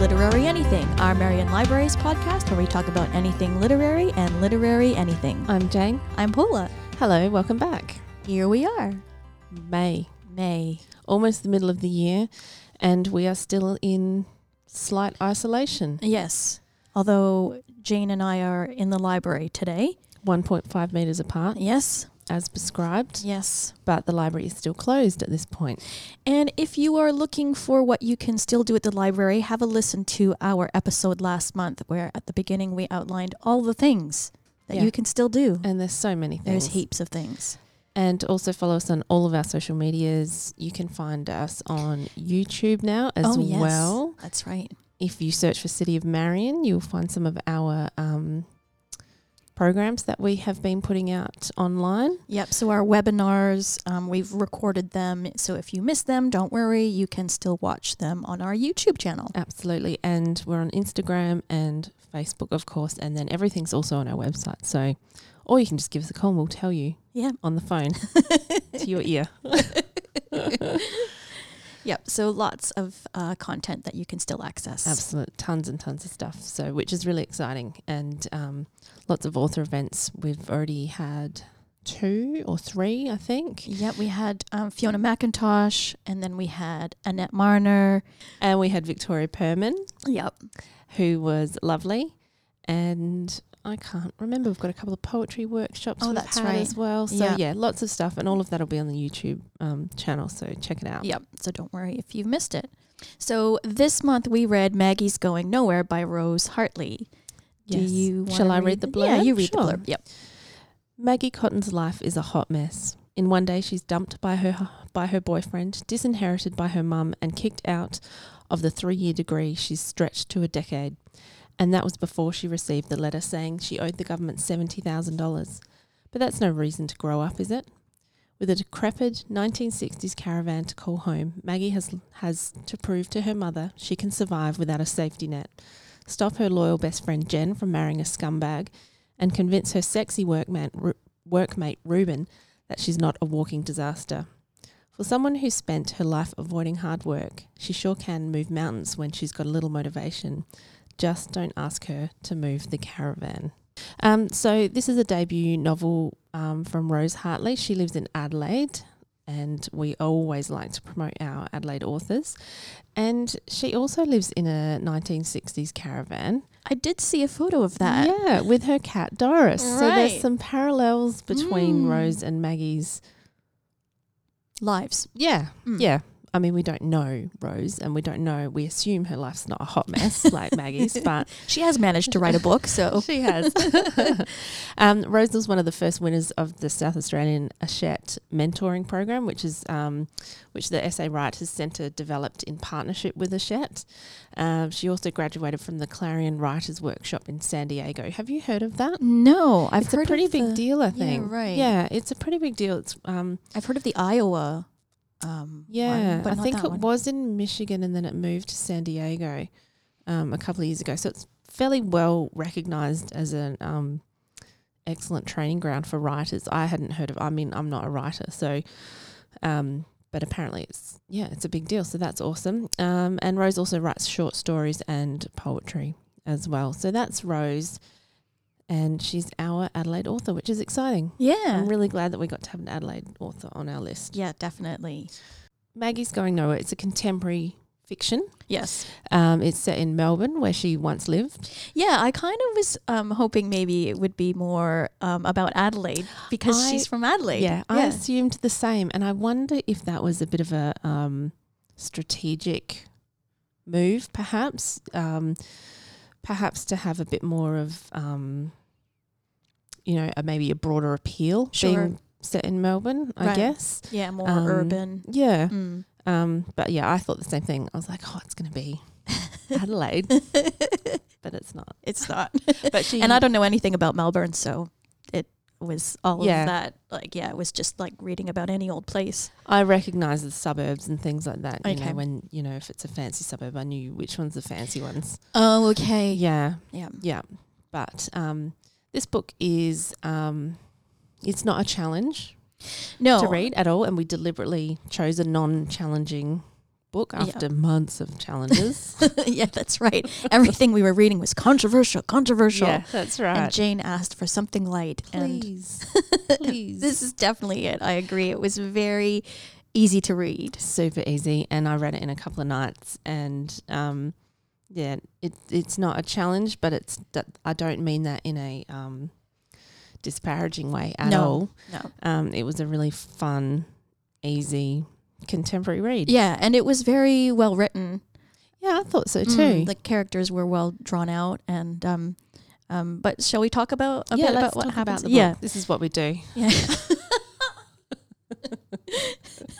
Anything, our Marion Libraries podcast where we talk about anything literary and literary anything. I'm Jane. I'm Paula. Hello, welcome back. Here we are, May, May. almost the middle of the year, and we are still in slight isolation. Yes. Although Jane and I are in the library today. 1.5 metres apart, Yes. as prescribed, Yes. but the library is still closed at this point. And if you are looking for what you can still do at the library, have a listen to our episode last month where at the beginning we outlined all the things that Yeah. you can still do. And there's so many things. There's heaps of things. And also follow us on all of our social medias. You can find us on YouTube now as oh, yes. well. That's right. If you search for City of Marion, you'll find some of our um, programs that we have been putting out online. Yep. So our webinars, um, we've recorded them. So if you miss them, don't worry. You can still watch them on our YouTube channel. Absolutely. And we're on Instagram and Facebook, of course. And then everything's also on our website. So, or you can just give us a call and we'll tell you Yeah. on the phone to your ear. Yep. So lots of uh, content that you can still access. Absolutely. Tons and tons of stuff. So, which is really exciting. And um, lots of author events. We've already had two or three, I think. Yep. We had um, Fiona McIntosh and then we had Annette Marner. And we had Victoria Perman, Yep. who was lovely. And I can't remember. We've got a couple of poetry workshops Oh, we've that's had right. as well. So Yeah. yeah. lots of stuff, and all of that will be on the YouTube um, channel. So check it out. Yep. So don't worry if you've missed it. So this month we read Maggie's Going Nowhere by Rose Hartley. Do Yes. you wanna Shall I read the blurb? Yeah, you read Sure. the blurb. Yep. Maggie Cotton's life is a hot mess. In one day, she's dumped by her by her boyfriend, disinherited by her mum, and kicked out of the three-year degree she's stretched to a decade. And that was before she received the letter saying she owed the government seventy thousand dollars. But that's no reason to grow up, is it? With a decrepit 1960s caravan to call home, Maggie has has to prove to her mother she can survive without a safety net, stop her loyal best friend Jen from marrying a scumbag, and convince her sexy workman Ru- workmate Reuben that she's not a walking disaster. For someone who spent her life avoiding hard work, she sure can move mountains when she's got a little motivation. Just don't ask her to move the caravan. Um, so, this is a debut novel um, from Rose Hartley. She lives in Adelaide, and we always like to promote our Adelaide authors. And she also lives in a 1960s caravan. I did see a photo of that. Yeah, with her cat Doris. So there's Right. some parallels between Mm. Rose and Maggie's. Lives. Yeah, Mm. yeah. I mean, we don't know Rose, and we don't know. We assume her life's not a hot mess like Maggie's, but She has managed to write a book, so she has. um, Rose was one of the first winners of the South Australian Achette mentoring program, which is um, which the SA Writers Centre developed in partnership with Achette. Um, she also graduated from the Clarion Writers Workshop in San Diego. Have you heard of that? no, I've it's heard a pretty of big the, deal, I Yeah, think. right. Yeah, it's a pretty big deal. It's um, I've heard of the Iowa. Um, one, yeah, but I not think that it one. was in Michigan and then it moved to San Diego um, a couple of years ago. So it's fairly well recognized as an um, excellent training ground for writers. I hadn't heard of. I mean, I'm not a writer, so. Um, but apparently, it's yeah, it's a big deal. So that's awesome. Um, and Rose also writes short stories and poetry as well. So that's Rose, and she's our Adelaide author, which is exciting. Yeah, I'm really glad that we got to have an Adelaide author on our list. Oh, yeah, definitely. Maggie's Going Nowhere. It's a contemporary fiction. Yes, Um, it's set in Melbourne, where she once lived. yeah. I kind of was um, hoping maybe it would be more um, about Adelaide because I- she's from Adelaide. yeah, I assumed the same, and I wonder if that was a bit of a um, strategic move, perhaps, um, perhaps to have a bit more of, um, you know, a, maybe a broader appeal Sure. being set in Melbourne. I Right. guess. yeah, more Um, urban. Yeah. Mm. Um, but yeah, I thought the same thing. I was like, oh, it's going to be Adelaide, but it's not. it's not, But she and I don't know anything about Melbourne, so it was all Yeah. of that. Like, yeah, it was just like reading about any old place. I recognise the suburbs and things like that. You Okay. know, when you know if it's a fancy suburb, I knew which ones the fancy ones. Oh, okay. Yeah. Yeah, yeah. yeah. But um, this book is um, it's not a challenge No. Oh. to read at all, and we deliberately chose a non-challenging book Yeah. after months of challenges. yeah, that's right. Everything we were reading was controversial, controversial. yeah, that's And right. Jane asked for something light. And please, please. this is definitely it. I agree. It was very easy to read. super easy, and I read it in a couple of nights, and um, yeah, it it's not a challenge, but it's that I don't mean that in a um disparaging way at No. all. No. Um, it was a really fun, easy contemporary read. Yeah, and it was very well written. Yeah, I thought so too. Mm, the characters were well drawn out, and um, um, but shall we talk about a yeah, bit let's about what talk happens? about the book. yeah, This is what we do. yeah.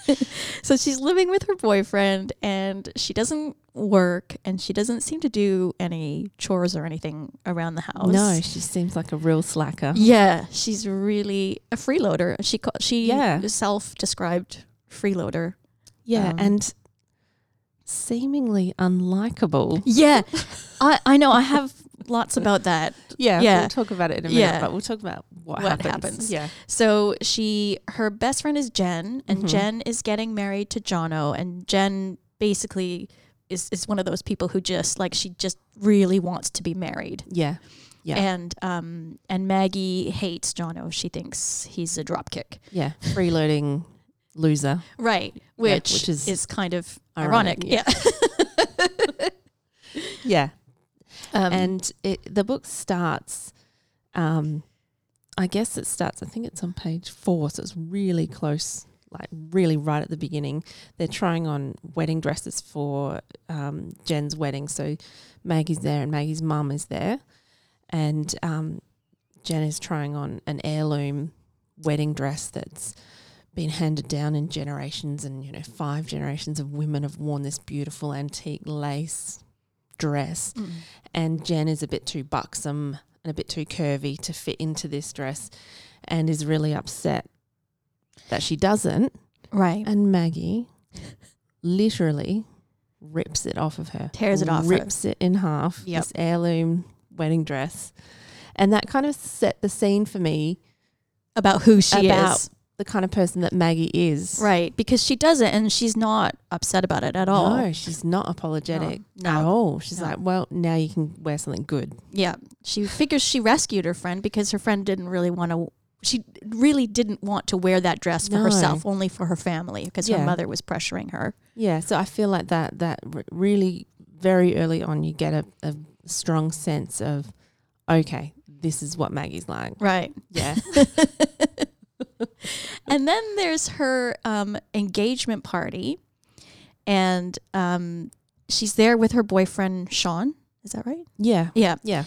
so she's living with her boyfriend, and she doesn't work, and she doesn't seem to do any chores or anything around the house. No, she seems like a real slacker. Yeah, she's really a freeloader. She ca- she Yeah. self-described freeloader. Yeah, Um, and seemingly unlikable. Yeah, I I know. I have lots about that. Yeah, Yeah. we'll talk about it in a minute, Yeah. but we'll talk about what, What happens. happens. Yeah. So she, her best friend is Jen, and Mhm. Jen is getting married to Jono, and Jen basically is is one of those people who just like she just really wants to be married, Yeah. Yeah. and um and Maggie hates Jono. She thinks he's a dropkick, Yeah. Freeloading loser. right? Which, which is, is kind of ironic, ironic, yeah. Yeah. yeah. Um, and it, the book starts, um, I guess it starts, I think it's on page four, so it's really close, like really right at the beginning. They're trying on wedding dresses for um, Jen's wedding. So Maggie's there and Maggie's mum is there. And um, Jen is trying on an heirloom wedding dress that's been handed down in generations and you know five generations of women have worn this beautiful antique lace dress mm. and Jen is a bit too buxom and a bit too curvy to fit into this dress and is really upset that she doesn't. right. And Maggie literally rips it off of her, Tears it off her. rips it in half. Yep. This heirloom wedding dress, and that kind of set the scene for me. about who she About- is. The kind of person that Maggie is. Right, because she does it and she's not upset about it at all. No, she's not apologetic Oh. No. at all. She's No. like, well, now you can wear something good. Yeah, she figures she rescued her friend because her friend didn't really want to. She really didn't want to wear that dress for No. herself, only for her family, because her Yeah. mother was pressuring her. Yeah, so I feel like that that r- really very early on you get a, a strong sense of okay, this is what Maggie's like. Right. Yeah. And then there's her um, engagement party, and um, she's there with her boyfriend Sean. Is that right? yeah. Yeah. Yeah.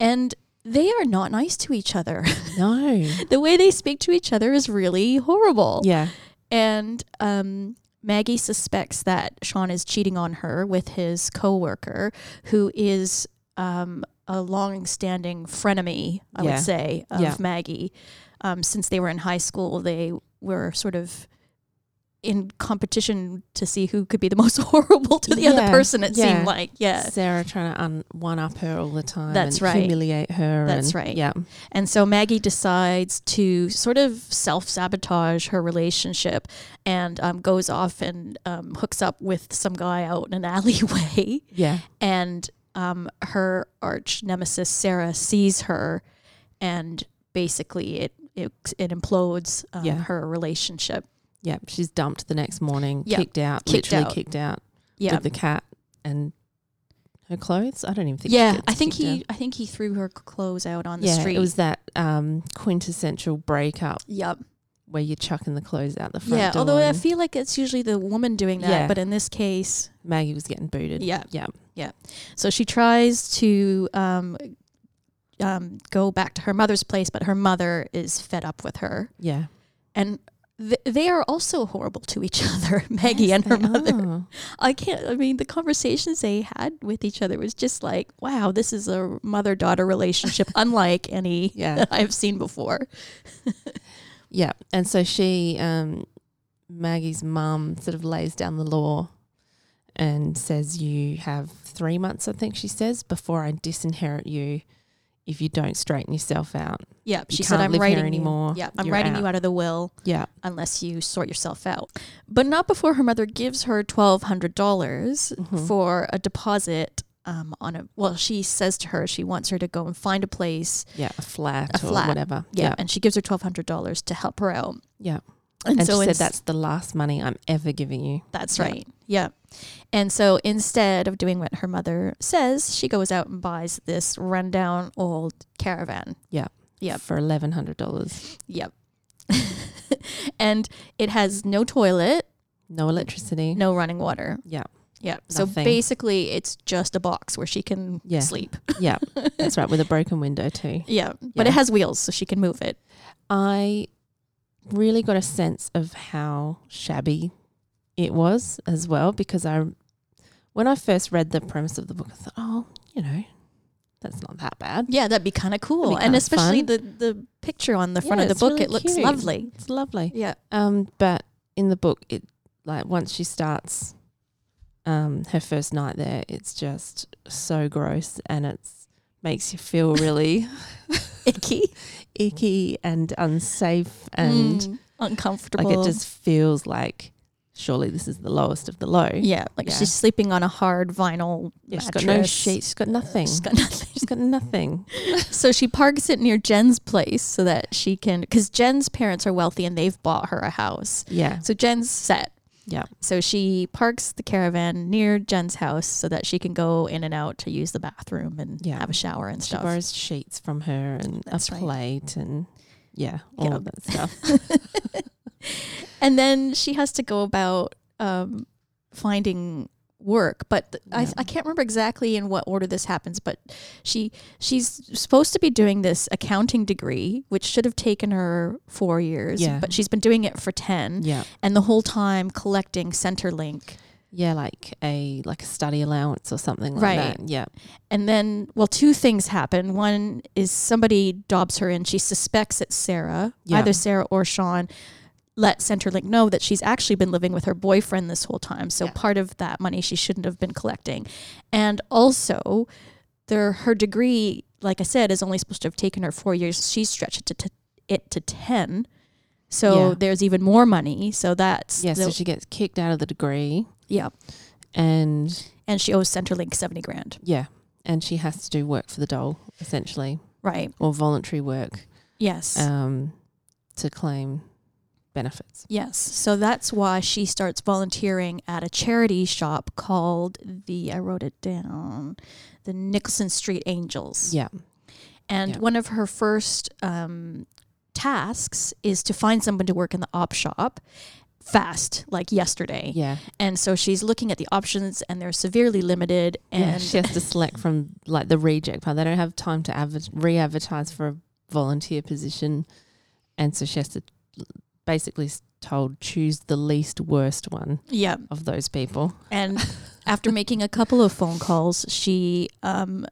And they are not nice to each other. No. the way they speak to each other is really horrible. Yeah. and um, Maggie suspects that Sean is cheating on her with his coworker, who is um, a long-standing frenemy, I Yeah. would say, of Yeah. Maggie. Um, since they were in high school, they were sort of in competition to see who could be the most horrible to the other Yeah, person. It yeah. seemed like, yeah. Sarah trying to un- one up her all the time. That's and right. Humiliate her. That's and- right. Yeah. And so Maggie decides to sort of self sabotage her relationship and um, goes off and um, hooks up with some guy out in an alleyway. Yeah. And um, her arch nemesis, Sarah, sees her and basically it, it, it implodes um, Yeah. her relationship. Yeah. She's dumped the next morning, Yeah. kicked out, Kicked literally out. kicked out Yeah. with the cat and her clothes. I don't even think she Yeah, gets I think kicked he, out. I think he threw her clothes out on the yeah, street. it was that um, quintessential breakup yep. where you're chucking the clothes out the front Yeah. door. Although I and feel like it's usually the woman doing that, Yeah. but in this case, Maggie was getting booted. Yeah. Yeah. So she tries to um, um, go back to her mother's place, but her mother is fed up with her. Yeah. And th- they are also horrible to each other, Maggie and her They mother. are. I can't, I mean, the conversations they had with each other was just like, wow, this is a mother daughter relationship unlike any Yeah. that I've seen before. Yeah. And so she, um, Maggie's mum, sort of lays down the law and says, You have three months, I think she says, before I disinherit you if you don't straighten yourself out. Yeah, You she said, can't "I'm live here writing anymore. You. Yeah, I'm You're writing out." you out of the will Yeah. unless you sort yourself out." But not before her mother gives her twelve hundred dollars Mhm. for a deposit um, on a. Well, she says to her she wants her to go and find a place. Yeah. A flat A or flat. whatever. Yeah, and she gives her twelve hundred dollars to help her out. Yeah. and, And so she said it's- that's the last money I'm ever giving you. That's Yeah. right. Yeah. And so instead of doing what her mother says, she goes out and buys this rundown old caravan. Yep. For eleven hundred dollars. Yep. and it has no toilet, No electricity. no running water. Yeah. Yeah. So Nothing. basically, it's just a box where she can Yeah. sleep. Yeah. That's right. With a broken window too. Yeah. But it Yeah. has wheels, so she can move it. I really got a sense of how shabby it was as well because I, when I first read the premise of the book, I thought, oh, you know, that's not that bad. Yeah, that'd be kind of cool. be And kinda especially fun. the, the picture on the front Yeah, of the it's book, really it looks cute. lovely. It's lovely. Yeah. Um, but in the book, it like once she starts, um, her first night there, it's just so gross and it's makes you feel really Icky icky and unsafe and Mm, uncomfortable. like it just feels like surely this is the lowest of the low. Yeah, like Yeah. she's sleeping on a hard vinyl Yeah, she's mattress. got no sheets. She's got nothing. She's got nothing. She's got nothing. so she parks it near Jen's place so that she can, because Jen's parents are wealthy and they've bought her a house. Yeah. So Jen's set. Yeah. So she parks the caravan near Jen's house so that she can go in and out to use the bathroom and Yeah. have a shower and She stuff. borrows sheets from her and That's a right. plate and yeah, all Yeah. of that stuff. and then she has to go about um, finding work but th- Yeah. I, I can't remember exactly in what order this happens but she she's supposed to be doing this accounting degree which should have taken her four years Yeah. but she's been doing it for 10 yeah. and the whole time collecting centerlink Yeah, like a like a study allowance or something like Right. that. Yeah. and then well two things happen one is somebody dobs her in she suspects it's sarah Yeah. either sarah or sean let centerlink know that she's actually been living with her boyfriend this whole time so Yeah. part of that money she shouldn't have been collecting and also their her degree like i said is only supposed to have taken her four years she stretched it to, to, it to 10 so Yeah. there's even more money so that's Yeah. So the- she gets kicked out of the degree yeah and and she owes centerlink 70 grand yeah. And she has to do work for the dole, essentially. right Or voluntary work yes um to claim benefits. Yes. So that's why she starts volunteering at a charity shop called the, I wrote it down, the Nicholson Street Angels. Yeah. And yeah. one of her first um, tasks is to find someone to work in the op shop fast, like yesterday. Yeah. And so she's looking at the options and they're severely limited. And yeah, she has to select from like the reject part. They don't have time to adver- re-advertise for a volunteer position, and so she has to basically s- told choose the least worst one yeah. of those people. And after making a couple of phone calls, she um,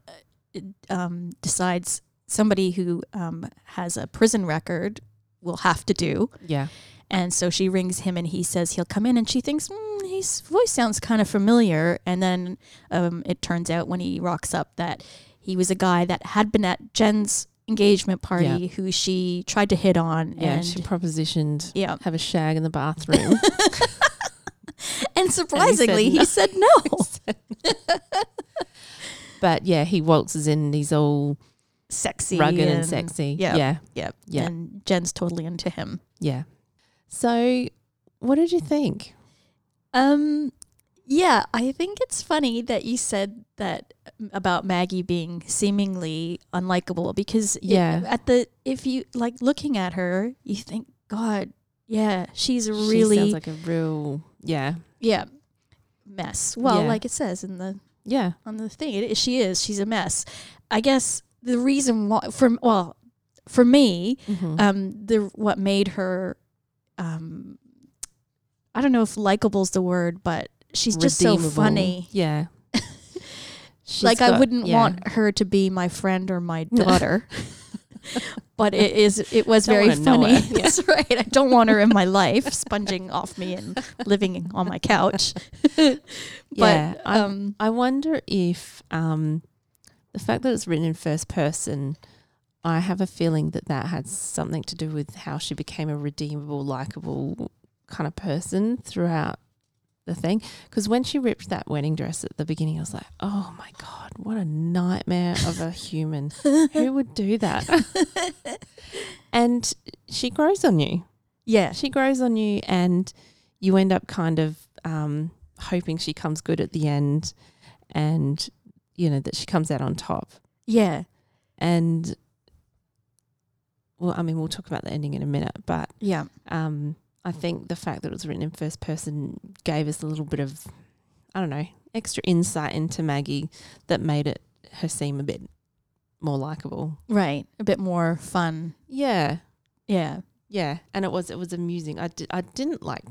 um, decides somebody who um, has a prison record will have to do. Yeah, And so she rings him and he says he'll come in. And she thinks, mm, his voice sounds kind of familiar. And then um, it turns out when he rocks up that he was a guy that had been at Jen's engagement party Yeah. who she tried to hit on. yeah. and she propositioned yeah. have a shag in the bathroom. And surprisingly, no. he said no. but yeah, he waltzes in. And he's all Sexy. rugged and sexy. yeah. yeah, Yep. Yeah. And Jen's totally into him. yeah. So, what did you think? Um, yeah, I think it's funny that you said that um, about Maggie being seemingly unlikable because it- Yeah. at the if you like looking at her, you think, God, yeah, she's a she really sounds like a real yeah, yeah mess. Well, Yeah. like it says in the yeah, on the thing, it, she is she's a mess. I guess the reason why for well for me, Mhm. um, the what made her, um, I don't know if likable's the word, but she's just so redeemable. funny. Yeah. She's like I got- wouldn't yeah. want her to be my friend or my daughter. but it is it was Don't very wanna know funny. her. Yeah. That's right. I don't want her in my life sponging off me and living on my couch. but Yeah, I'm- um I wonder if um, The fact that it's written in first person, I have a feeling that that had something to do with how she became a redeemable, likable kind of person throughout the thing. Because when she ripped that wedding dress at the beginning, I was like, oh my God, what a nightmare of a human. Who would do um, that? and she grows on you. yeah. She grows on you, and you end up kind of um, hoping she comes good at the end and, you know, that she comes out on top. Yeah. And, well, I mean, we'll talk about the ending in a minute, but Yeah. um, I think the fact that it was written in first person gave us a little bit of, I don't know, extra insight into Maggie that made it her seem a bit more likable. Right. A bit more fun. Yeah, Yeah. yeah, and it was it was amusing. I did I didn't like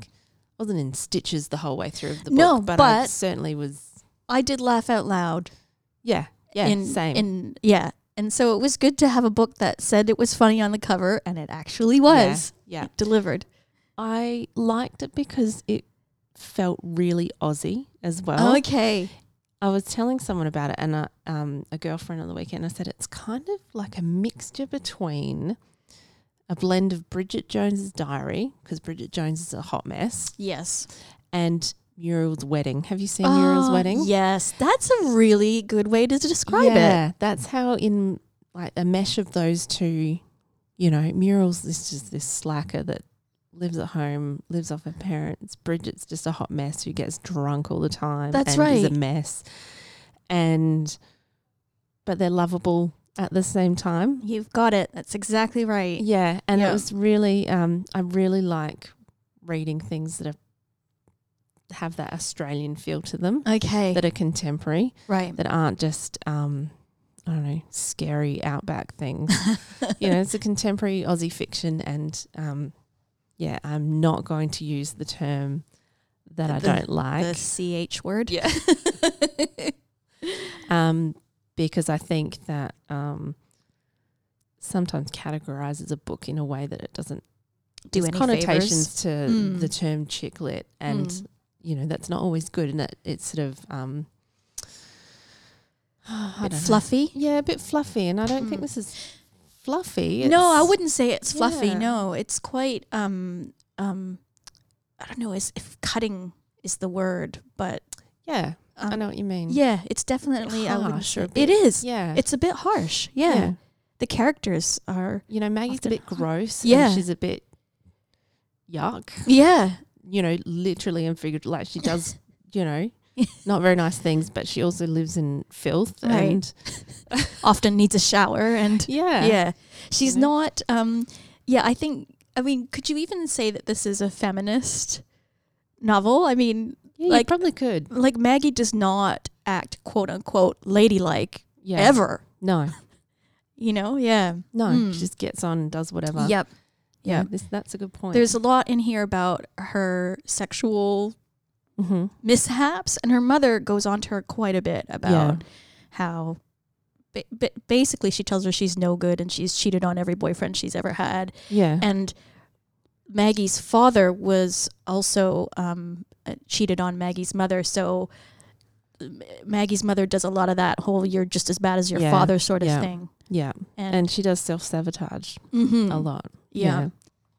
I wasn't in stitches the whole way through of the No, book, but, I but- certainly was. I did laugh out loud. Yeah, yeah, in, same. In, yeah. And so it was good to have a book that said it was funny on the cover, and it actually was. yeah, yeah. It delivered. I liked it because it felt really Aussie as well. Oh. okay. I was telling someone about it, and I, um, a girlfriend on the weekend. I said it's kind of like a mixture between a blend of Bridget Jones's Diary, because Bridget Jones is a hot mess, Yes. and Muriel's Wedding. Have you seen Muriel's Oh, Wedding? Yes. That's a really good way to describe it. yeah, that's how in like a mesh of those two, you know, Muriel's is just this slacker that lives at home, lives off her parents. Bridget's just a hot mess who gets drunk all the time. That's and Is a right. mess, and but they're lovable at the same time. You've got it. That's exactly right. Yeah, and Yeah. it was really, um, I really like reading things that are, have that Australian feel to them. Okay. That are contemporary, right. that aren't just um, I don't know scary outback things. you know, it's a contemporary Aussie fiction, and um, yeah, I'm not going to use the term that I The- don't like the CH word. Yeah. um, because I think that um, sometimes categorizes a book in a way that it doesn't Do there's any connotations to Mm. the term chick lit and Mm. you know that's not always good and it, it's sort of um I Bit don't know. fluffy. Yeah, a bit fluffy, and I don't Mm. think this is fluffy. no, I It's- wouldn't say it's fluffy. Yeah. No, it's quite um um I don't know is if cutting is the word, but Yeah, um, I know what you mean. Yeah, it's definitely I wouldn't Harsh or a say- It is. yeah. It's a bit harsh. Yeah. Yeah. The characters are you know, Maggie's Often- a bit gross. Yeah. and she's a bit yuck. Yeah. You know, literally and figuratively, like she does. you know, not very nice things, but she also lives in filth Right. and Often needs a shower and yeah, Mm-hmm. yeah. She's You know? not um yeah, I think I mean, could you even say that this is a feminist novel? I mean, Yeah, you Like- probably could. like Maggie does not act quote unquote ladylike Yeah, ever. No, You know? Yeah. no, Mm. she just gets on and does whatever. Yep. yeah. Yeah. this, that's a good point. There's a lot in here about her sexual Mhm. mishaps, and her mother goes on to her quite a bit about how ba- ba- basically she tells her she's no good and she's cheated on every boyfriend she's ever had. yeah, And Maggie's father was also um, uh, cheated on Maggie's mother. So M- Maggie's mother does a lot of that whole you're just as bad as your Yeah, father sort of yeah. thing. yeah, And, and she does self sabotage Mhm. a lot. yeah.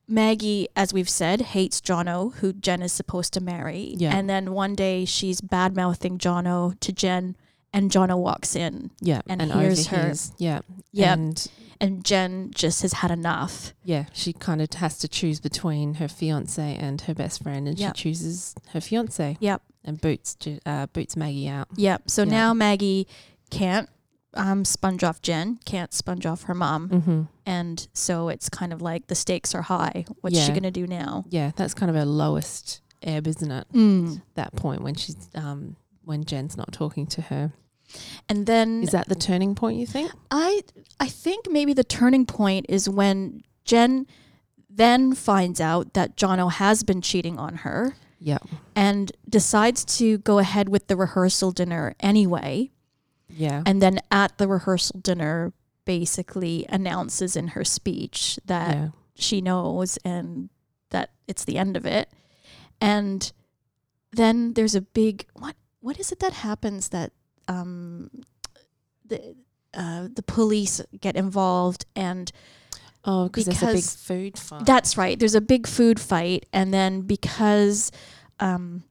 Maggie, as we've said, hates Jono, who Jen is supposed to marry. Yeah. And then one day she's bad mouthing Jono to Jen, and Jono walks in. yeah, and hears her. overhears. Yeah, Yeah. And, and Jen just has had enough. yeah, she kind of has to choose between her fiance and her best friend, and Yep. she chooses her fiance. Yep. and boots Ju- uh, boots Maggie out. Yep. So Yeah. now Maggie can't um, sponge off Jen, can't sponge off her mom. Mm-hmm. And so it's kind of like the stakes are high. What's she Yeah. going to do now? Yeah, that's kind of her lowest ebb, isn't it? Mm. That point when she's um when Jen's not talking to her. And then Is that the turning point? You think? I I think maybe the turning point is when Jen then finds out that Jono has been cheating on her Yeah, and decides to go ahead with the rehearsal dinner anyway. yeah, And then at the rehearsal dinner basically announces in her speech that yeah, she knows and that it's the end of it. And then there's a big what what is it that happens that um the uh, the police get involved and Oh, because there's a big Because food fight. That's right. There's a big food fight, and then because um,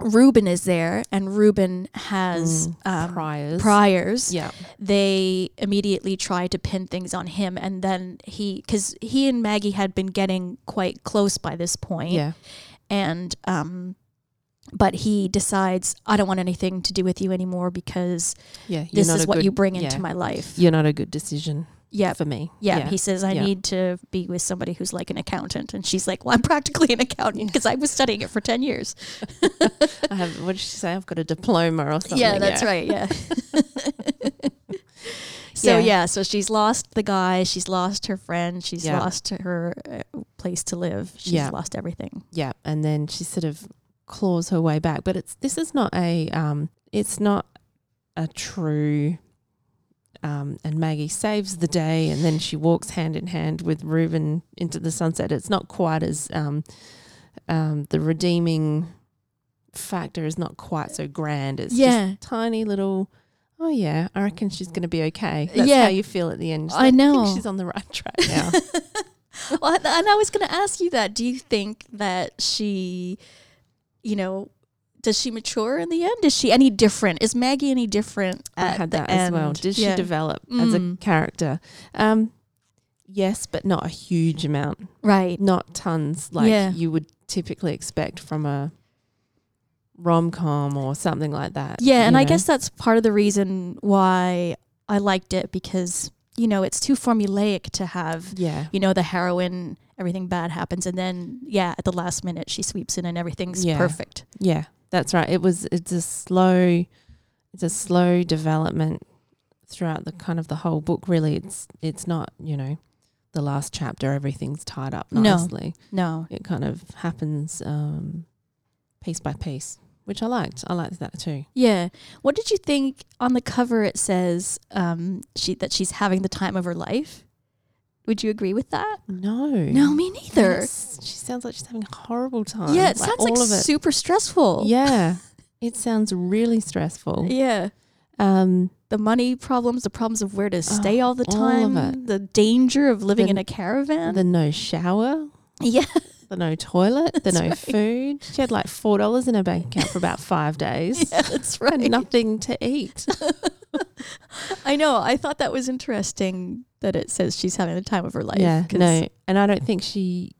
Reuben is there and Reuben has Mm, um, priors. priors, Yeah. they immediately try to pin things on him, and then he, because he and Maggie had been getting quite close by this point, Yeah. and um, but he decides I don't want anything to do with you anymore because Yeah. this not is a what good- you bring yeah. into my life. You're not a good decision Yeah, for me. yeah, he says, I yeah. need to be with somebody who's like an accountant. And she's like, Well, I'm practically an accountant because I was studying it for 10 years. I have. What did she say? I've got a diploma or something. yeah, that's right. Yeah. so, Yeah. yeah. so she's lost the guy. She's lost her friend. She's Yeah. lost her uh, place to live. She's Yeah. lost everything. Yeah, and then she sort of claws her way back. But it's this is not a um, it's not a true. Um, and Maggie saves the day, and then she walks hand in hand with Reuben into the sunset. It's not quite as um, um, the redeeming factor is not quite so grand. It's just yeah. tiny little. Oh yeah, I reckon she's going to be okay. That's Yeah. how you feel at the end. She's I like, I know." think she's on the right track now. Well, and- and I was going to ask you that. Do you think that she, you know, does she mature in the end? Is she any different? Is Maggie any different I at had the that end? as well. Did she Yeah. develop as a Mm. character? Um, yes, but not a huge amount, Right. not tons like Yeah. you would typically expect from a rom com or something like that. Yeah, and you I know? guess that's part of the reason why I liked it because, you know, it's too formulaic to have, yeah, you know, the heroine, everything bad happens. And then, yeah, at the last minute, she sweeps in and everything's Yeah. perfect. yeah, that's right. It was. It's a slow. It's a slow development throughout the kind of the whole book. Really, it's it's not you know the last chapter. Everything's tied up No. nicely. No. it kind of happens um, piece by piece, which I liked. I liked that too. Yeah. What did you think on the cover? It says um, she that she's having the time of her life. Would you agree with that? No, No, me neither. It's- She sounds like she's having a horrible time. yeah, it sounds like all of it. super stressful. Yeah, it sounds really stressful. Yeah. Um, the money problems, the problems of where to stay all the all of time, the danger of living The- in a caravan. the no shower, yeah, the no toilet, the That's no right. food. She had like four dollars in her bank account for about five days. yeah, that's right. And nothing to eat. I know. I thought that was interesting that it says she's having the time of her life. yeah, 'cause- no, and I don't think she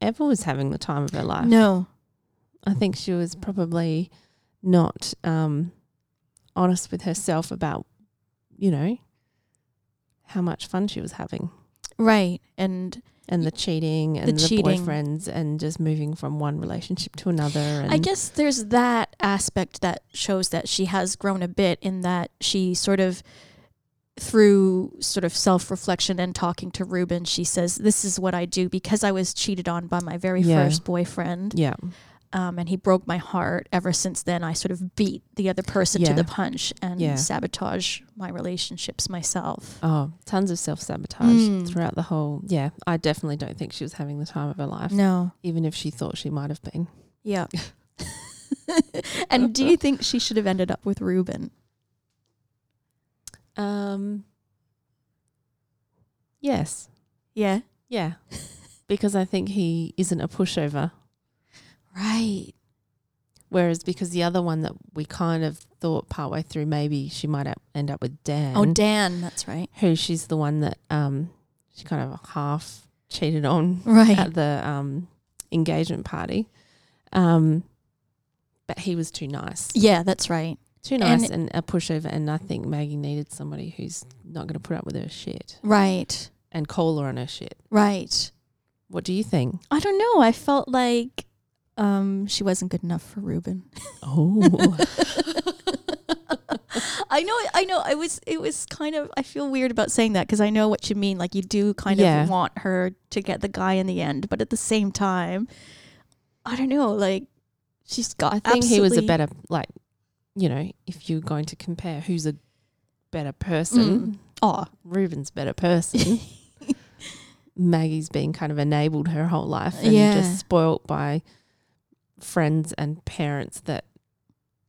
ever was having the time of her life. no, I think she was probably not um, honest with herself about, you know, how much fun she was having right, and and the cheating and the, cheating. boyfriends and just moving from one relationship to another. And I guess there's that aspect that shows that she has grown a bit in that she sort of through sort of self-reflection and talking to Ruben she says this is what I do because I was cheated on by my very Yeah. first boyfriend yeah, um, and he broke my heart. Ever since then, I sort of beat the other person Yeah. to the punch and Yeah. sabotage my relationships myself. oh, tons of self sabotage Mm. throughout the whole. Yeah, I definitely don't think she was having the time of her life, No, even if she thought she might have been. yeah. and do you think she should have ended up with Ruben? Um, yes, Yeah, yeah, because I think he isn't a pushover. right. Whereas because the other one that we kind of thought partway through maybe she might up- end up with Dan. Oh, Dan, that's right. Who she's the one that um she kind of half cheated on Right. at the um engagement party. Um but he was too nice. Yeah, that's right. Too nice and, a pushover and I think Maggie needed somebody who's not gonna put up with her shit Right. and call her on her shit. Right. What do you think? I don't know. I felt like um, she wasn't good enough for Ruben. Oh I know, I know. I was, it was kind of. I feel weird about saying that because I know what you mean. Like you do kind Yeah. of want her to get the guy in the end, but at the same time, I don't know. Like she's got. I think he was a absolutely- better like you know, if you're going to compare who's a better person, Aw, Reuben's a better person. Maggie's been kind of enabled her whole life and Yeah. just spoilt by friends and parents that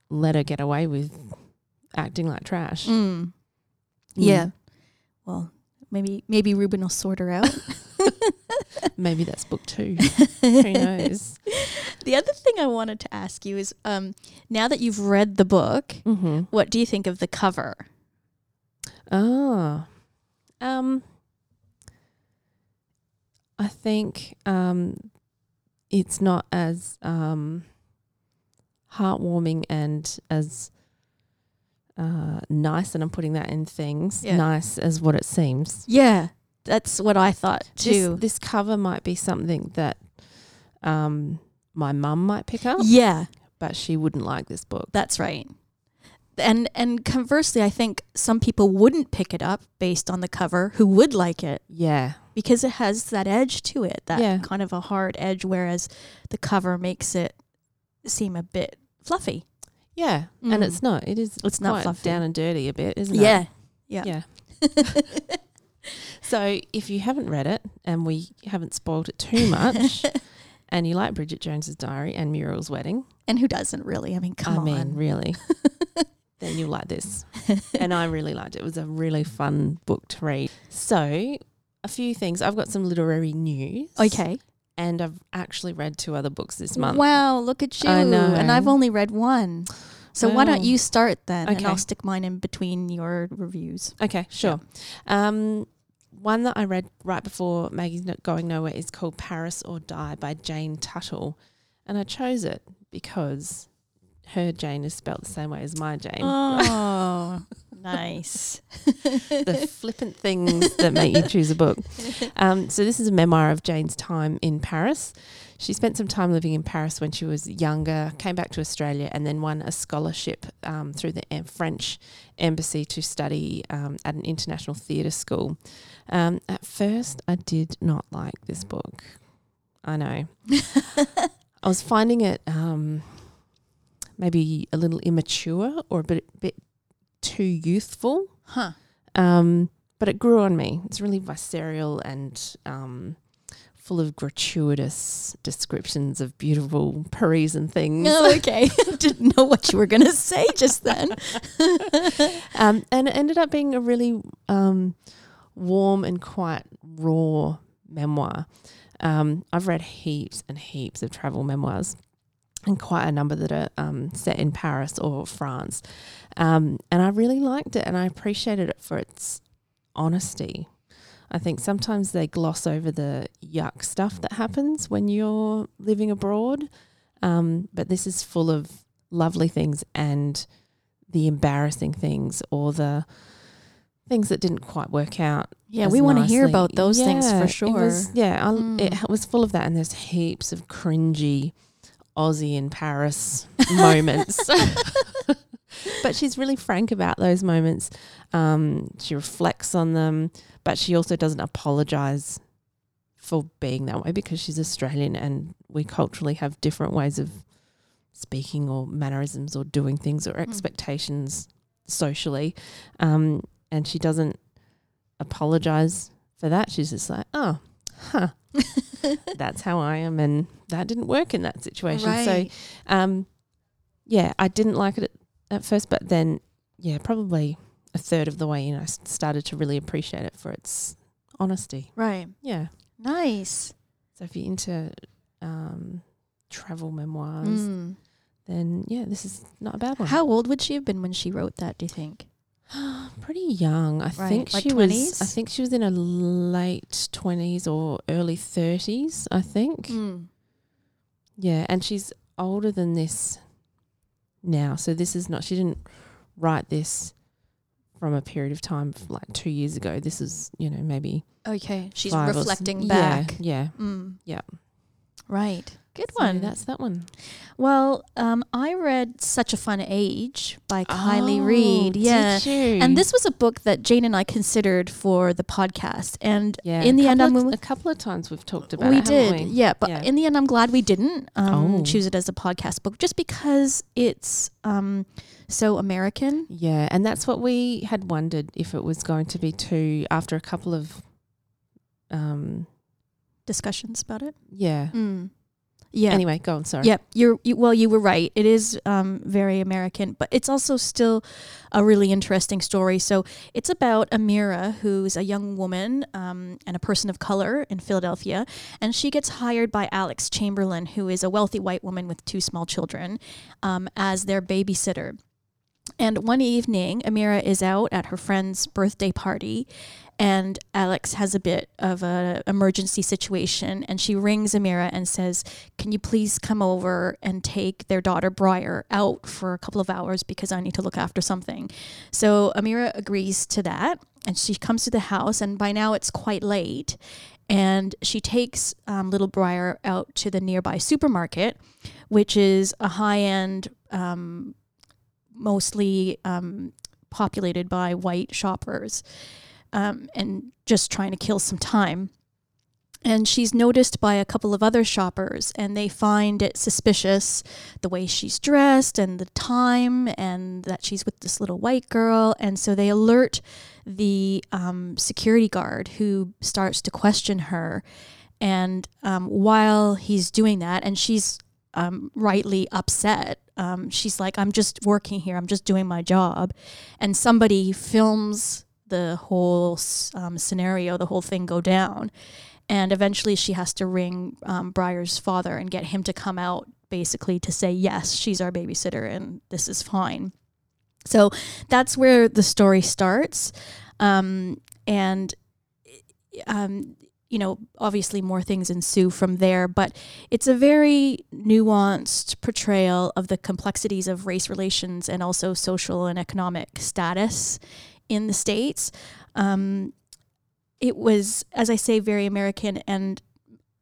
let her get away with acting like trash. mm. Yeah. Well, maybe maybe Ruben will sort her out. Maybe that's book two. Who knows? the other thing I wanted to ask you is, um, now that you've read the book, Mm-hmm. what do you think of the cover? Ah. Um I think um it's not as um heartwarming and as uh nice and I'm putting that in things Yeah. nice as what it seems. Yeah, that's what I thought This, too. this cover might be something that um my mum might pick up, yeah, but she wouldn't like this book. Oh. that's right. And and conversely, I think some people wouldn't pick it up based on the cover who would like it Yeah. because it has that edge to it, that Yeah. kind of a hard edge, whereas the cover makes it seem a bit fluffy. Yeah. Mm. And it's not. It is It's not quite fluffy. down and dirty a bit, isn't it? Yeah, yeah, Yeah. So if you haven't read it and we haven't spoiled it too much and you like Bridget Jones's diary and Muriel's wedding, and who doesn't really? I mean, come I mean, on. really, then you'll like this. And I really liked it. It was a really fun book to read. So a few things. I've got some literary news. Okay. And I've actually read two other books this month. Wow, look at you. I know. And I've only read one. So why don't Wow. you start then and I'll Okay. stick mine in between your reviews. Okay, sure. Um, one that I read right before Maggie's Not Going Nowhere is called Paris or Die by Jane Tuttle. And I chose it because her Jane is spelled the same way as my Jane. Oh, nice. the flippant things that make you choose a book. Um, so this is a memoir of Jane's time in Paris. She spent some time living in Paris when she was younger, came back to Australia, and then won a scholarship um, through the em- French embassy to study um, at an international theatre school. Um, at first, I did not like this book. I know. I was finding it um, maybe a little immature or a bit, bit too youthful Huh. um, but it grew on me. It's really visceral and um, full of gratuitous descriptions of beautiful Parisian things. Oh, okay. Didn't know what you were going to say just then. Um, and it ended up being a really um, warm and quite raw memoir. Um, I've read heaps and heaps of travel memoirs, and quite a number that are um, set in Paris or France. Um, and I really liked it, and I appreciated it for its honesty. I think sometimes they gloss over the yuck stuff that happens when you're living abroad, um, but this is full of lovely things and the embarrassing things or the things that didn't quite work out Yeah, as we want to hear nicely. about those things Yeah, for It sure. was, yeah, I, it Mm. h- was full of that, and there's heaps of cringy Aussie in Paris moments. but she's really frank about those moments. Um, she reflects on them, but she also doesn't apologize for being that way because she's Australian and we culturally have different ways of speaking or mannerisms or doing things or expectations socially. Um, and she doesn't apologize for that. She's just like, oh, huh, that's how I am. And that didn't work in that situation. So, Right. um, yeah, I didn't like it at, at first, but then, yeah, probably a third of the way in, I s- started to really appreciate it for its honesty. right. Yeah. Nice. So if you're into um, travel memoirs, Mm. then yeah, this is not a bad one. How old would she have been when she wrote that, do you think? pretty young? I Right, think like she was. I 20s? think she was in her late twenties or early thirties. I think. Mm. Yeah, and she's older than this now. So this is not. She didn't write this from a period of time of like two years ago. This is you know maybe Okay. She's five or s- reflecting yeah, back. Yeah, Mm. Yeah. Right. Good So one. that's that one. Well, um, I read Such a Fun Age by Oh, Kylie Reid. Yeah. And this was a book that Jane and I considered for the podcast. And Yeah, in a the end, I'm, couple of- a couple of times we've talked about we it, haven't did. we? Yeah. But Yeah. in the end, I'm glad we didn't um, Oh. choose it as a podcast book just because it's um, so American. Yeah, and that's what we had wondered if it was going to be too after a couple of um Discussions about it. yeah, Mm. Yeah. Anyway, go on. Sorry. Yep, you're you, well. You were right. It is um, very American, but it's also still a really interesting story. So it's about Amira, who's a young woman um, and a person of color in Philadelphia, and she gets hired by Alex Chamberlain, who is a wealthy white woman with two small children, um, as their babysitter. And one evening, Amira is out at her friend's birthday party, and Alex has a bit of a emergency situation, and she rings Amira and says, "Can you please come over and take their daughter Briar out for a couple of hours because I need to look after something?" So Amira agrees to that, and she comes to the house, and by now it's quite late, and she takes um, little Briar out to the nearby supermarket, which is a high-end. Um, mostly um, populated by white shoppers um, and just trying to kill some time. And she's noticed by a couple of other shoppers, and they find it suspicious the way she's dressed and the time, and that she's with this little white girl. And so they alert the um, security guard who starts to question her. And um, while he's doing that, and she's um, rightly upset. Um, she's like, I'm just working here, I'm just doing my job. And somebody films the whole s- um, scenario, the whole thing go down. And eventually she has to ring um, Briar's father and get him to come out basically to say, yes, she's our babysitter and this is fine. So that's where the story starts. Um, and, um, you know, obviously more things ensue from there, but it's a very nuanced portrayal of the complexities of race relations and also social and economic status in the states. Um, it was, as I say, very American, and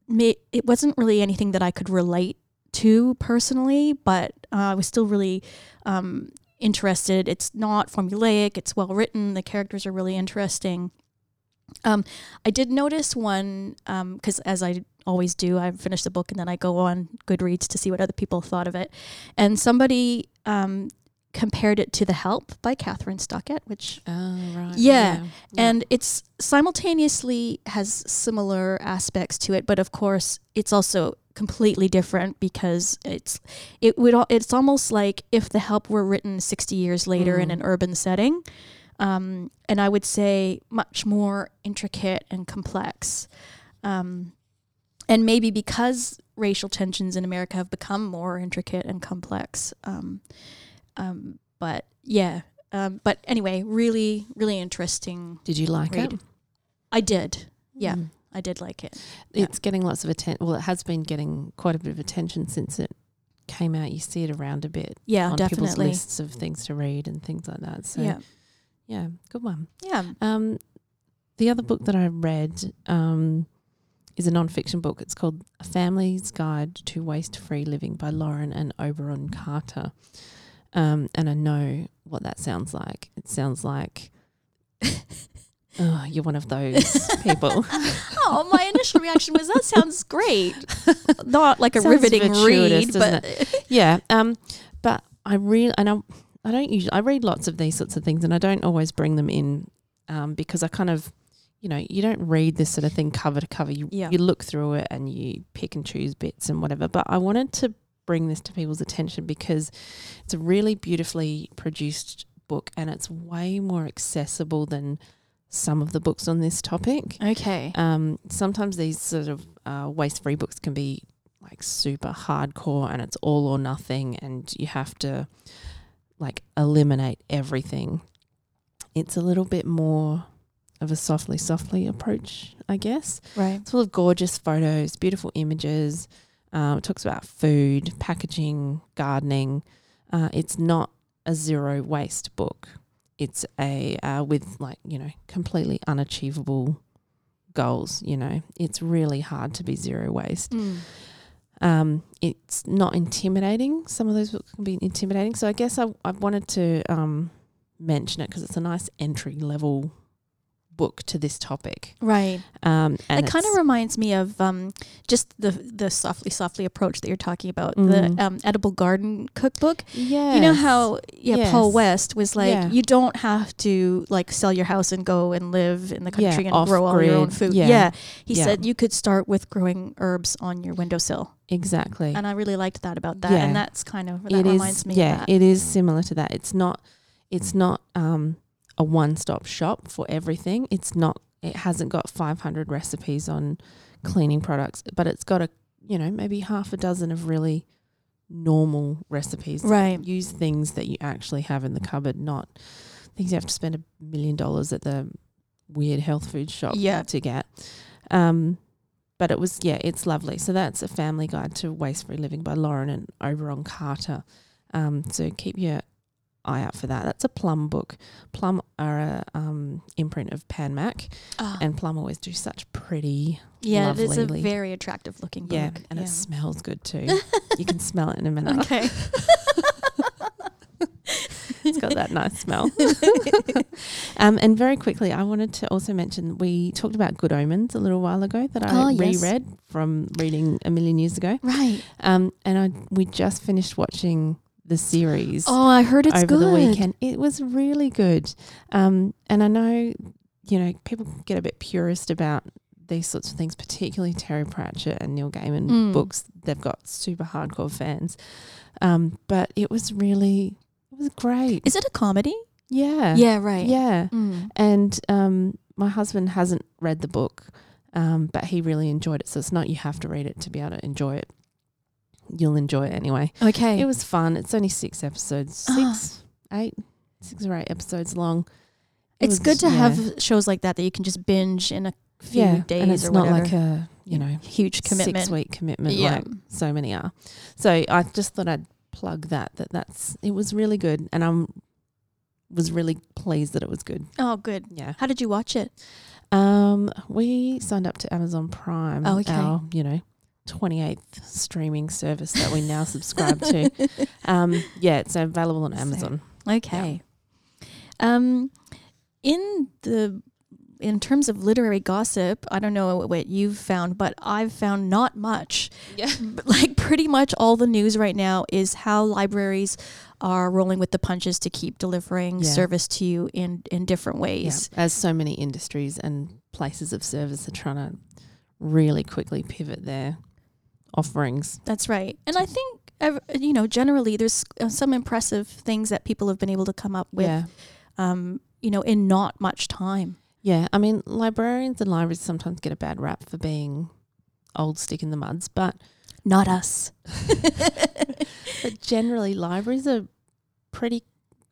ma- it wasn't really anything that I could relate to personally, but uh, I was still really um, interested. It's not formulaic; it's well written. The characters are really interesting. Um, I did notice one because, as I always do, I finish the book and then I go on Goodreads to see what other people thought of it. And somebody um, compared it to The Help by Catherine Stockett, which Oh, right. Yeah, yeah. and it's simultaneously has similar aspects to it, but of course it's also completely different because it's it would al- it's almost like if the help were written 60 years later in Mm. an urban setting um, and i would say much more intricate and complex um, and maybe because racial tensions in america have become more intricate and complex um, um, but yeah um, but anyway really really interesting Did you like Read. it? I did. Yeah. Mm. I did like it. Yeah. It's getting lots of attention. Well, it has been getting quite a bit of attention since it came out. You see it around a bit Yeah, on people's definitely. lists of things to read and things like that. So, Yeah. yeah good one. Yeah. Um, the other book that I read um, is a nonfiction book. It's called A Family's Guide to Waste Free Living by Lauren and Oberon Carter. Um, and I know what that sounds like. It sounds like oh, you're one of those people. Oh, my initial reaction was that sounds great. Not like a Sounds riveting virtuous, read, doesn't but yeah. Um, but I really and I I don't usually I read lots of these sorts of things and I don't always bring them in um, because I kind of you know you don't read this sort of thing cover to cover. You Yeah. you look through it and you pick and choose bits and whatever. But I wanted to bring this to people's attention because it's a really beautifully produced book and it's way more accessible than some of the books on this topic. okay. Um, sometimes these sort of uh, waste free books can be like super hardcore and it's all or nothing, and you have to like eliminate everything. It's a little bit more of a softly, softly approach, I guess. Right. It's full of gorgeous photos, beautiful images. Um, it talks about food, packaging, gardening. Uh, it's not a zero waste book. It's a uh, with like you know completely unachievable goals. You know, it's really hard to be zero waste. Mm. Um, it's not intimidating. Some of those books can be intimidating. So I guess I I wanted to um, mention it because it's a nice entry level book to this topic. Right. Um, and It kind of it's- reminds me of um, just the the softly softly approach that you're talking about, Mm. the um, edible garden cookbook. yes. You know how yeah, Paul Yes. West was like, Yeah. you don't have to like sell your house and go and live in the Yeah, country and grow all your own off-grid. food. Yeah. Yeah, he Yeah. said you could start with growing herbs on your windowsill, exactly and I really liked that about that. Yeah. And that's kind of that It is- reminds me yeah of that. it is similar to that it's not it's not um a one-stop shop for everything it's not it hasn't got 500 recipes on cleaning products but it's got a you know maybe half a dozen of really normal recipes right. use things that you actually have in the cupboard not things you have to spend a million dollars at the weird health food shop Yeah. to get um but it was yeah it's lovely so that's a family guide to waste free living by lauren and oberon carter um, so keep your eye out for that that's a plum book plum are a um, imprint of pan mac Ah, and plum always do such pretty yeah, it's a lovely- very attractive looking book. yeah and it smells good too you can smell it in a minute okay. it's got that nice smell. um, and very quickly, I wanted to also mention we talked about Good Omens a little while ago that I Oh, yes. reread from reading a million years ago. Right. Um, and I we just finished watching the series Oh, I heard it's over good. the weekend. It was really good. Um, and I know, you know, people get a bit purist about these sorts of things, particularly Terry Pratchett and Neil Gaiman Mm. books. They've got super hardcore fans. Um, but it was really, it was great. Is it a comedy? Yeah. right. Yeah. Mm. And um, my husband hasn't read the book, um, but he really enjoyed it. So it's not you have to read it to be able to enjoy it. You'll enjoy it anyway. Okay. It was fun. It's only six episodes, Ah. six, eight, six or eight episodes long. It it's was- good to Mm, yeah. have shows like that that you can just binge in a few yeah, days and it's or not whatever. like a you know Huge commitment. six week commitment Yeah. like so many are. So I just thought I'd plug that that that's it was really good, and I'm was really pleased that it was good. Oh, good. Yeah. How did you watch it? Um, we signed up to Amazon Prime. Oh, okay. Our, you know, twenty eighth streaming service that we now subscribe to. Um, yeah, it's available on So- Amazon. Okay. Um, in the in terms of literary gossip, I don't know what you've found, but I've found not much. Yeah. But, like pretty much all the news right now is how libraries are rolling with the punches to keep delivering Yeah. service to you in in different Yeah, ways. as so many industries and places of service are trying to really quickly pivot their offerings. That's right. And I think ev- you know generally there's uh, some impressive things that people have been able to come up with yeah. um, you know in not much time. Yeah, I mean, librarians and libraries sometimes get a bad rap for being old stick in the muds, but Not us. But generally, libraries are pretty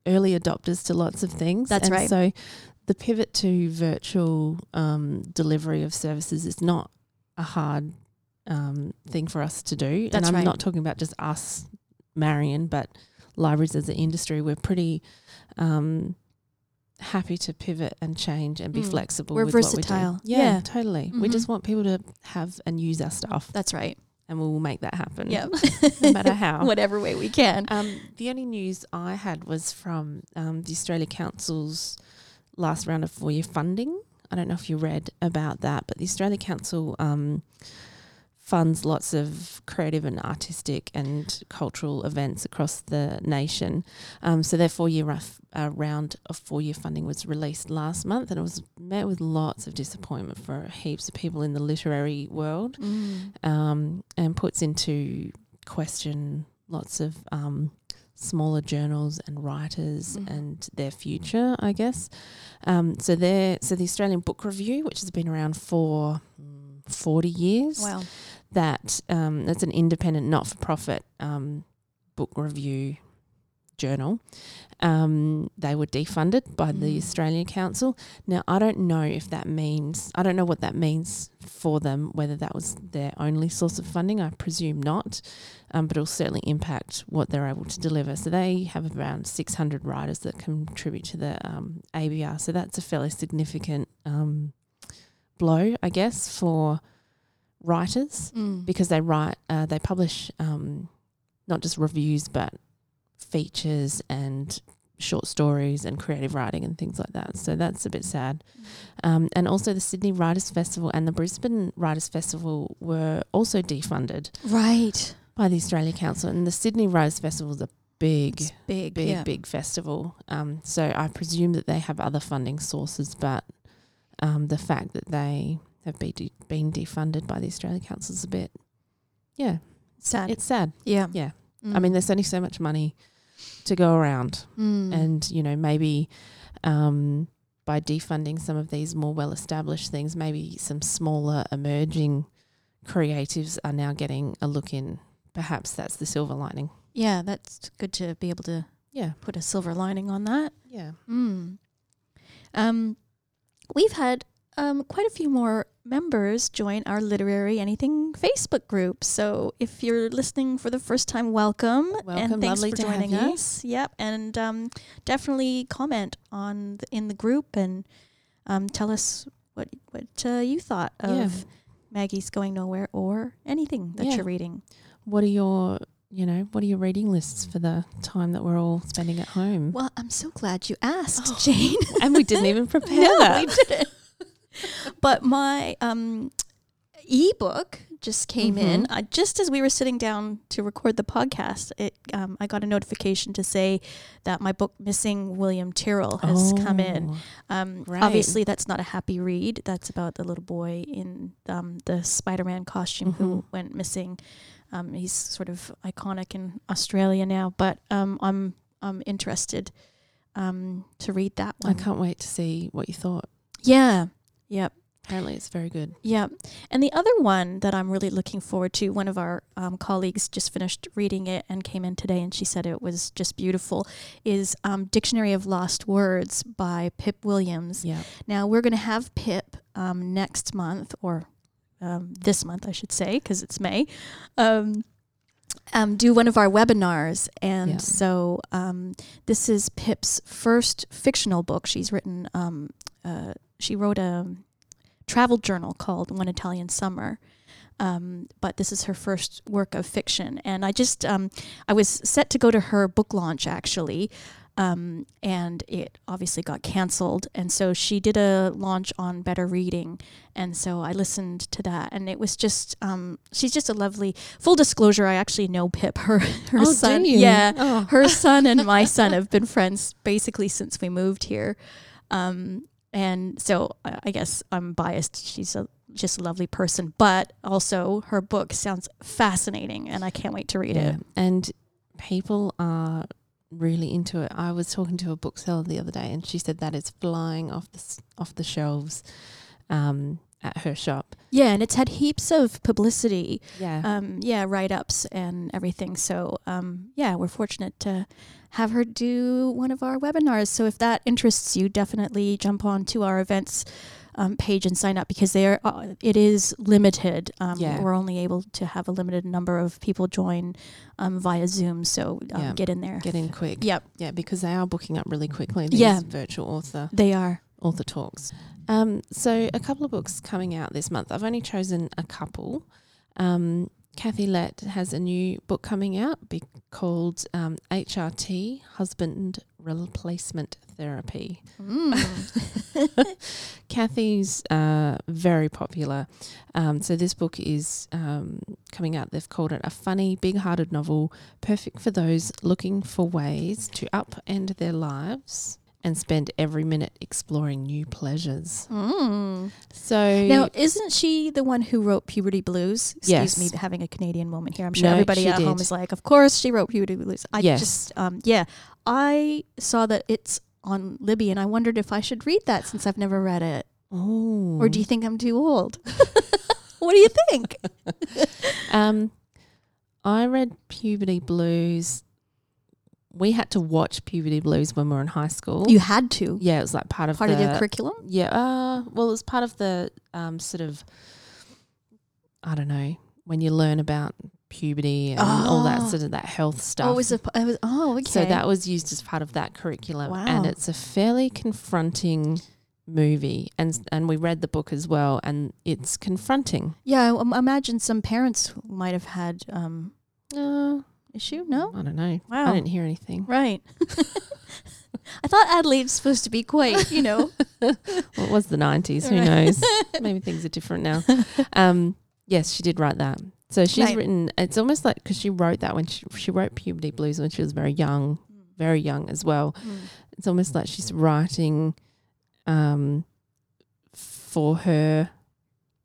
early adopters to lots of things. That's and right. So the pivot to virtual um, delivery of services is not a hard um, thing for us to do. and That's I'm right. not talking about just us, Marion, but libraries as an industry. We're pretty um, happy to pivot and change and be Mm. flexible. We're with versatile. What we do. Yeah, Yeah. totally. We Mhm. just want people to have and use our stuff, That's right. and we'll make that happen. Yeah. no matter how. Whatever way we can. Um, the only news I had was from um, the Australia Council's last round of four year funding. I don't know if you read about that, but the Australia Council um, funds lots of creative and artistic and cultural events across the nation. Um, so their four year rough, uh, round of four year funding was released last month, and it was met with lots of disappointment for heaps of people in the literary world um, and puts into question lots of um, smaller journals and writers Mhm. and their future, I guess. Um, so there, so the Australian Book Review, which has been around for mm, forty years, Wow. that um, that's an independent, not-for-profit um, book review journal. Um, they were defunded by the Mm. Australian Council. Now, I don't know if that means I don't know what that means for them. Whether that was their only source of funding, I presume not, um, but it'll certainly impact what they're able to deliver. So they have around 600 writers that contribute to the um, ABR. So that's a fairly significant um, blow, I guess, for writers mm. because they write, uh, they publish um, not just reviews but features and short stories and creative writing and things like that. So that's a bit sad. Um, and also, the Sydney Writers Festival and the Brisbane Writers Festival were also defunded Right. by the Australia Council. And the Sydney Writers Festival is a big, It's big. big, yeah. big festival. Um, so I presume that they have other funding sources, but um, the fact that they have be de- been defunded by the Australia Council is a bit, yeah, Sad. Mm. it's sad. yeah. yeah. I mean, there's only so much money to go around. Mm. And, you know, maybe um, by defunding some of these more well established things, maybe some smaller emerging creatives are now getting a look in. Perhaps that's the silver lining. yeah, that's good to be able to Yeah. put a silver lining on that. Yeah. Mm. Um, we've had um, quite a few more members join our Literary Anything Facebook group. So if you're listening for the first time, welcome. Welcome. And thanks Lovely for to have joining you. us. Yep. And um, definitely comment on the, in the group and um, tell us what, what uh, you thought of Yeah. Maggie's Going Nowhere or anything that Yeah. you're reading. What are your, you know, what are your reading lists for the time that we're all spending at home? Mm. Well, I'm so glad you asked, Oh. Jane. and we didn't even prepare. No, we didn't. but my um, ebook just came in uh, just as we were sitting down to record the podcast. It um, I got a notification to say that my book "Missing William Tyrrell" has come in. Oh, Um, great. obviously, that's not a happy read. That's about the little boy in um, the Spider-Man costume who went missing. Um, he's sort of iconic in Australia now, but um, I'm I'm interested um, to read that I one. can't wait to see what you thought. Yeah. Yep. Apparently, it's very good. Yep. And the other one that I'm really looking forward to, one of our um, colleagues just finished reading it and came in today and she said it was just beautiful, is um, Dictionary of Lost Words by Pip Williams. Yeah. Now, we're going to have Pip um, next month, or um, this month, I should say, because it's May, um, um, do one of our webinars. And Yeah. so um, this is Pip's first fictional book. She's written, um, uh, she wrote a travel journal called One Italian Summer. Um, but this is her first work of fiction, and I just um, I was set to go to her book launch actually, um, and it obviously got cancelled. And so she did a launch on Better Reading, and so I listened to that, and it was just um, she's just a lovely. Full disclosure, I actually know Pip, her her oh, son, do you? yeah, Oh. her son and my son have been friends basically since we moved here. Um, and so I I guess I'm biased. She's a, just a lovely person, but also her book sounds fascinating and I can't wait to read it. And people are really into it. I was talking to a bookseller the other day, and she said that it's flying off the s- off the shelves um, at her shop. Yeah, and it's had heaps of publicity. Yeah, Um, yeah, write ups and everything. So um, yeah, we're fortunate to have her do one of our webinars. So if that interests you, definitely jump on to our events um, page and sign up because they are uh, it is limited. Um, Yeah. We're only able to have a limited number of people join um, via Zoom. So um, Yeah. get in there. get in quick. Yep, Yeah, because they are booking up really quickly. These Yeah. virtual author they are. author talks. Um, so a couple of books coming out this month. I've only chosen a couple. Um, Kathy Lett has a new book coming out be- called um, HRT Husband Replacement Therapy. Mm. Kathy's uh, very popular. Um, so this book is um, coming out. They've called it a funny, big-hearted novel, perfect for those looking for ways to upend their lives and spend every minute exploring new pleasures. Mm. So Now, isn't she the one who wrote Puberty Blues? Excuse Yes. me, having a Canadian moment here. I'm sure No, everybody she at home did. is like, of course she wrote Puberty Blues. I Yes. just, um, yeah, I saw that it's on Libby, and I wondered if I should read that since I've never read it. oh, Or do you think I'm too old? what do you think? um, I read Puberty Blues. We had to watch Puberty Blues when we were in high school. You had to yeah, it was like part of part the, of your curriculum. Yeah. Uh, well, it's part of the um, sort of, I don't know, when you learn about puberty and all that Oh. sort of that health stuff. Oh, it was a, it was, oh, okay. So that was used as part of that curriculum, Wow. and it's a fairly confronting movie, and and we read the book as well, and it's confronting. yeah, I, I imagine some parents might have had um Uh, issue. No, Oh. I don't know. I wow, didn't hear anything. right. I thought Adelaide's supposed to be quite, you know. Well, it was the 90s. Who Right. knows? Maybe things are different now. Um, yes, she did write that. So she's Right. written, it's almost like because she wrote that when she, she wrote Puberty Blues when she was very young, very young as well. Mm. It's almost like she's writing um, for her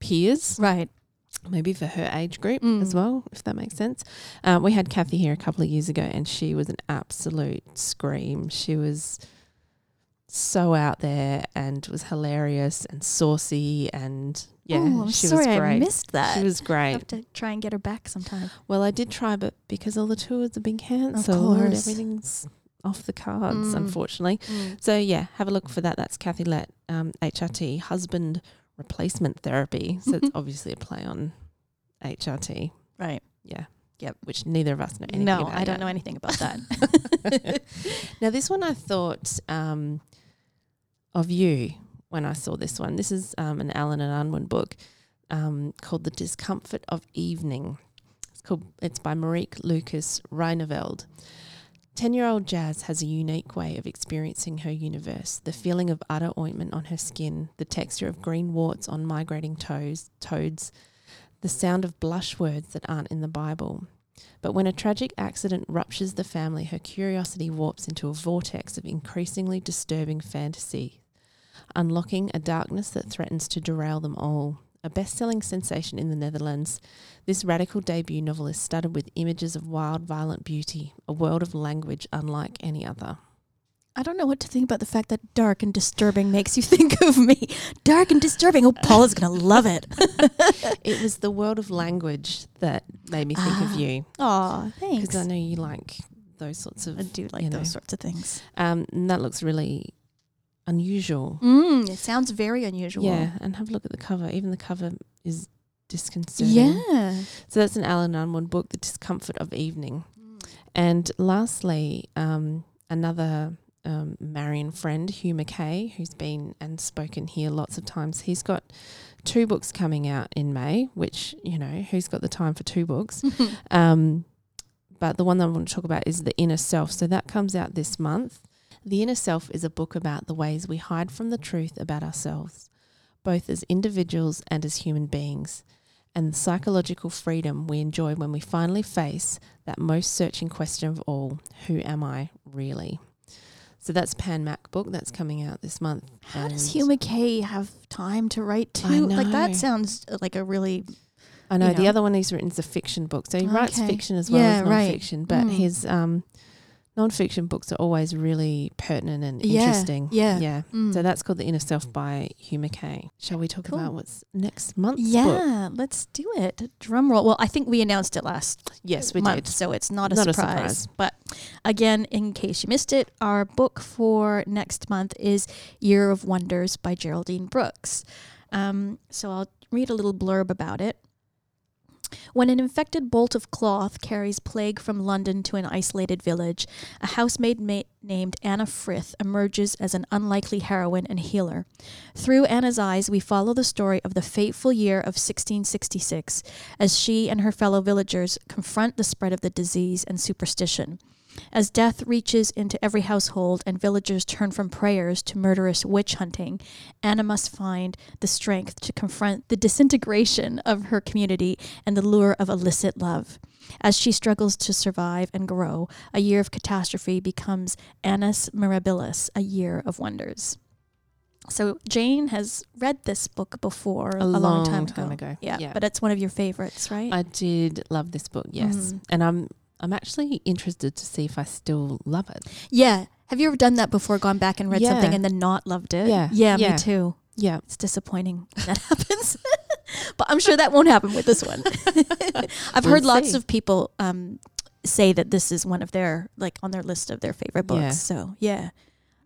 peers, Right. maybe for her age group Mm. as well, if that makes sense. Um, we had Kathy here a couple of years ago and she was an absolute scream. She was so out there and was hilarious and saucy and yeah, Oh, I'm she sorry was great. I missed that. She was I great. have to try and get her back sometime. Well, I did try, but because all the tours have been cancelled, course. everything's off the cards, Mm. unfortunately. So yeah, have a look for that. That's Kathy Lett, um, HRT, husband replacement therapy. So it's obviously a play on HRT. Mm-hmm. Right. Yep, which neither of us know anything No, about I don't yet. know anything about that. now this one I thought um, of you when I saw this one. This is um, an Alan and Unwin book um, called "The Discomfort of Evening." It's called. It's by Marique Lucas Reineveld. Ten-year-old Jazz has a unique way of experiencing her universe. The feeling of utter ointment on her skin, the texture of green warts on migrating toes, toads, the sound of blush words that aren't in the Bible. But when a tragic accident ruptures the family, her curiosity warps into a vortex of increasingly disturbing fantasy, unlocking a darkness that threatens to derail them all. A best selling sensation in the Netherlands, this radical debut novel is studded with images of wild, violent beauty, a world of language unlike any other. I don't know what to think about the fact that dark and disturbing makes you think of me. Dark and disturbing. Oh, Paula's going to love it. It was the world of language that made me think Ah, of you. Aw, Because thanks. I know you like those sorts of. I do like you know. those sorts of things. Um, and that looks really unusual. Mm, it sounds very unusual. Yeah, and have a look at the cover. Even the cover is disconcerting. Yeah. So that's an Alan Unwin book, The Discomfort of Evening. And lastly, um, another um, Marion friend, Hugh McKay, who's been and spoken here lots of times. He's got two books coming out in May, which, you know, who's got the time for two books? Um, but the one that I want to talk about is The Inner Self. So that comes out this month. The Inner Self is a book about the ways we hide from the truth about ourselves, both as individuals and as human beings, and the psychological freedom we enjoy when we finally face that most searching question of all who am I really? So that's Pan Mac book that's coming out this month. How does and- Hugh McKay have time to write I two? Like know. that sounds uh, like a really I know you the know. other one he's written is a fiction book, so he writes Okay. fiction as well as Yeah, right. nonfiction. But Mm. his um, nonfiction books are always really pertinent and Yeah, interesting. yeah. yeah. mm. So that's called the Inner Self by Hugh McKay. Shall we talk Cool. about what's next month's book? yeah. Let's do it. Drum roll. Well, I think we announced it last Yes, we month, did. so it's not, a, Not a surprise. surprise. But again, in case you missed it, our book for next month is Year of Wonders by Geraldine Brooks. Um, so I'll read a little blurb about it. When an infected bolt of cloth carries plague from London to an isolated village, a housemaid ma- named Anna Frith emerges as an unlikely heroine and healer. Through Anna's eyes, we follow the story of the fateful year of 1666 as she and her fellow villagers confront the spread of the disease and superstition. As death reaches into every household and villagers turn from prayers to murderous witch hunting, Anna must find the strength to confront the disintegration of her community and the lure of illicit love. As she struggles to survive and grow, a year of catastrophe becomes Annus Mirabilis, a year of wonders. So Jane has read this book before a, long, time, ago. Yeah, but it's one of your favorites, right? I did love this book. Yes, Mhm. and I'm I'm actually interested to see if I still love it. yeah. Have you ever done that before? Gone back and read something Yeah. and then not loved it? Yeah, Yeah, yeah. me too. Yeah, It's disappointing when that happens. but I'm sure that won't happen with this one. I've heard We'll lots see. of people um, say that this is one of their, like, on their list of their favorite books. Yeah. So, yeah.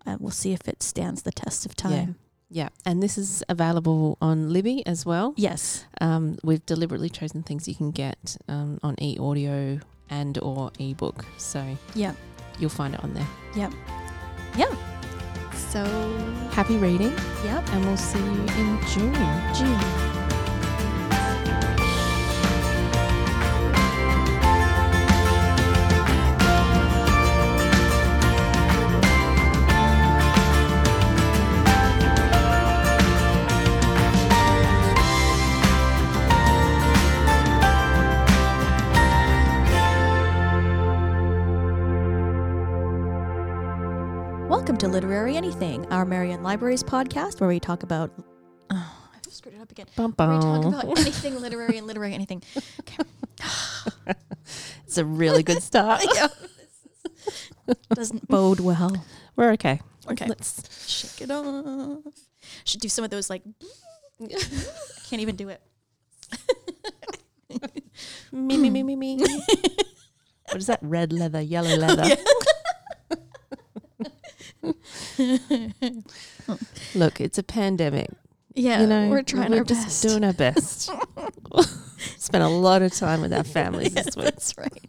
Uh, we'll see if it stands the test of Yeah. time. yeah, and this is available on Libby as well. Yes. Um, we've deliberately chosen things you can get um, on e audio and or ebook, so Yeah. you'll find it on there. So, Happy reading, yep. and we'll see you in June. June. welcome to Literary Anything, our Marion Libraries podcast where we talk about. Oh, I've screwed it up again. Bum Where we talk bum. about anything literary and literary anything. It's a really good start. Yeah. Doesn't bode well. We're okay. Okay. Let's. Shake it off. Should do some of those like. Can't even do it. Me, me, me, me, me. what is that? Red leather, yellow leather. Look, it's a pandemic. Yeah, you know, we're trying we're our just best. doing our best. Spent a lot of time with our families Yeah, this week. That's right.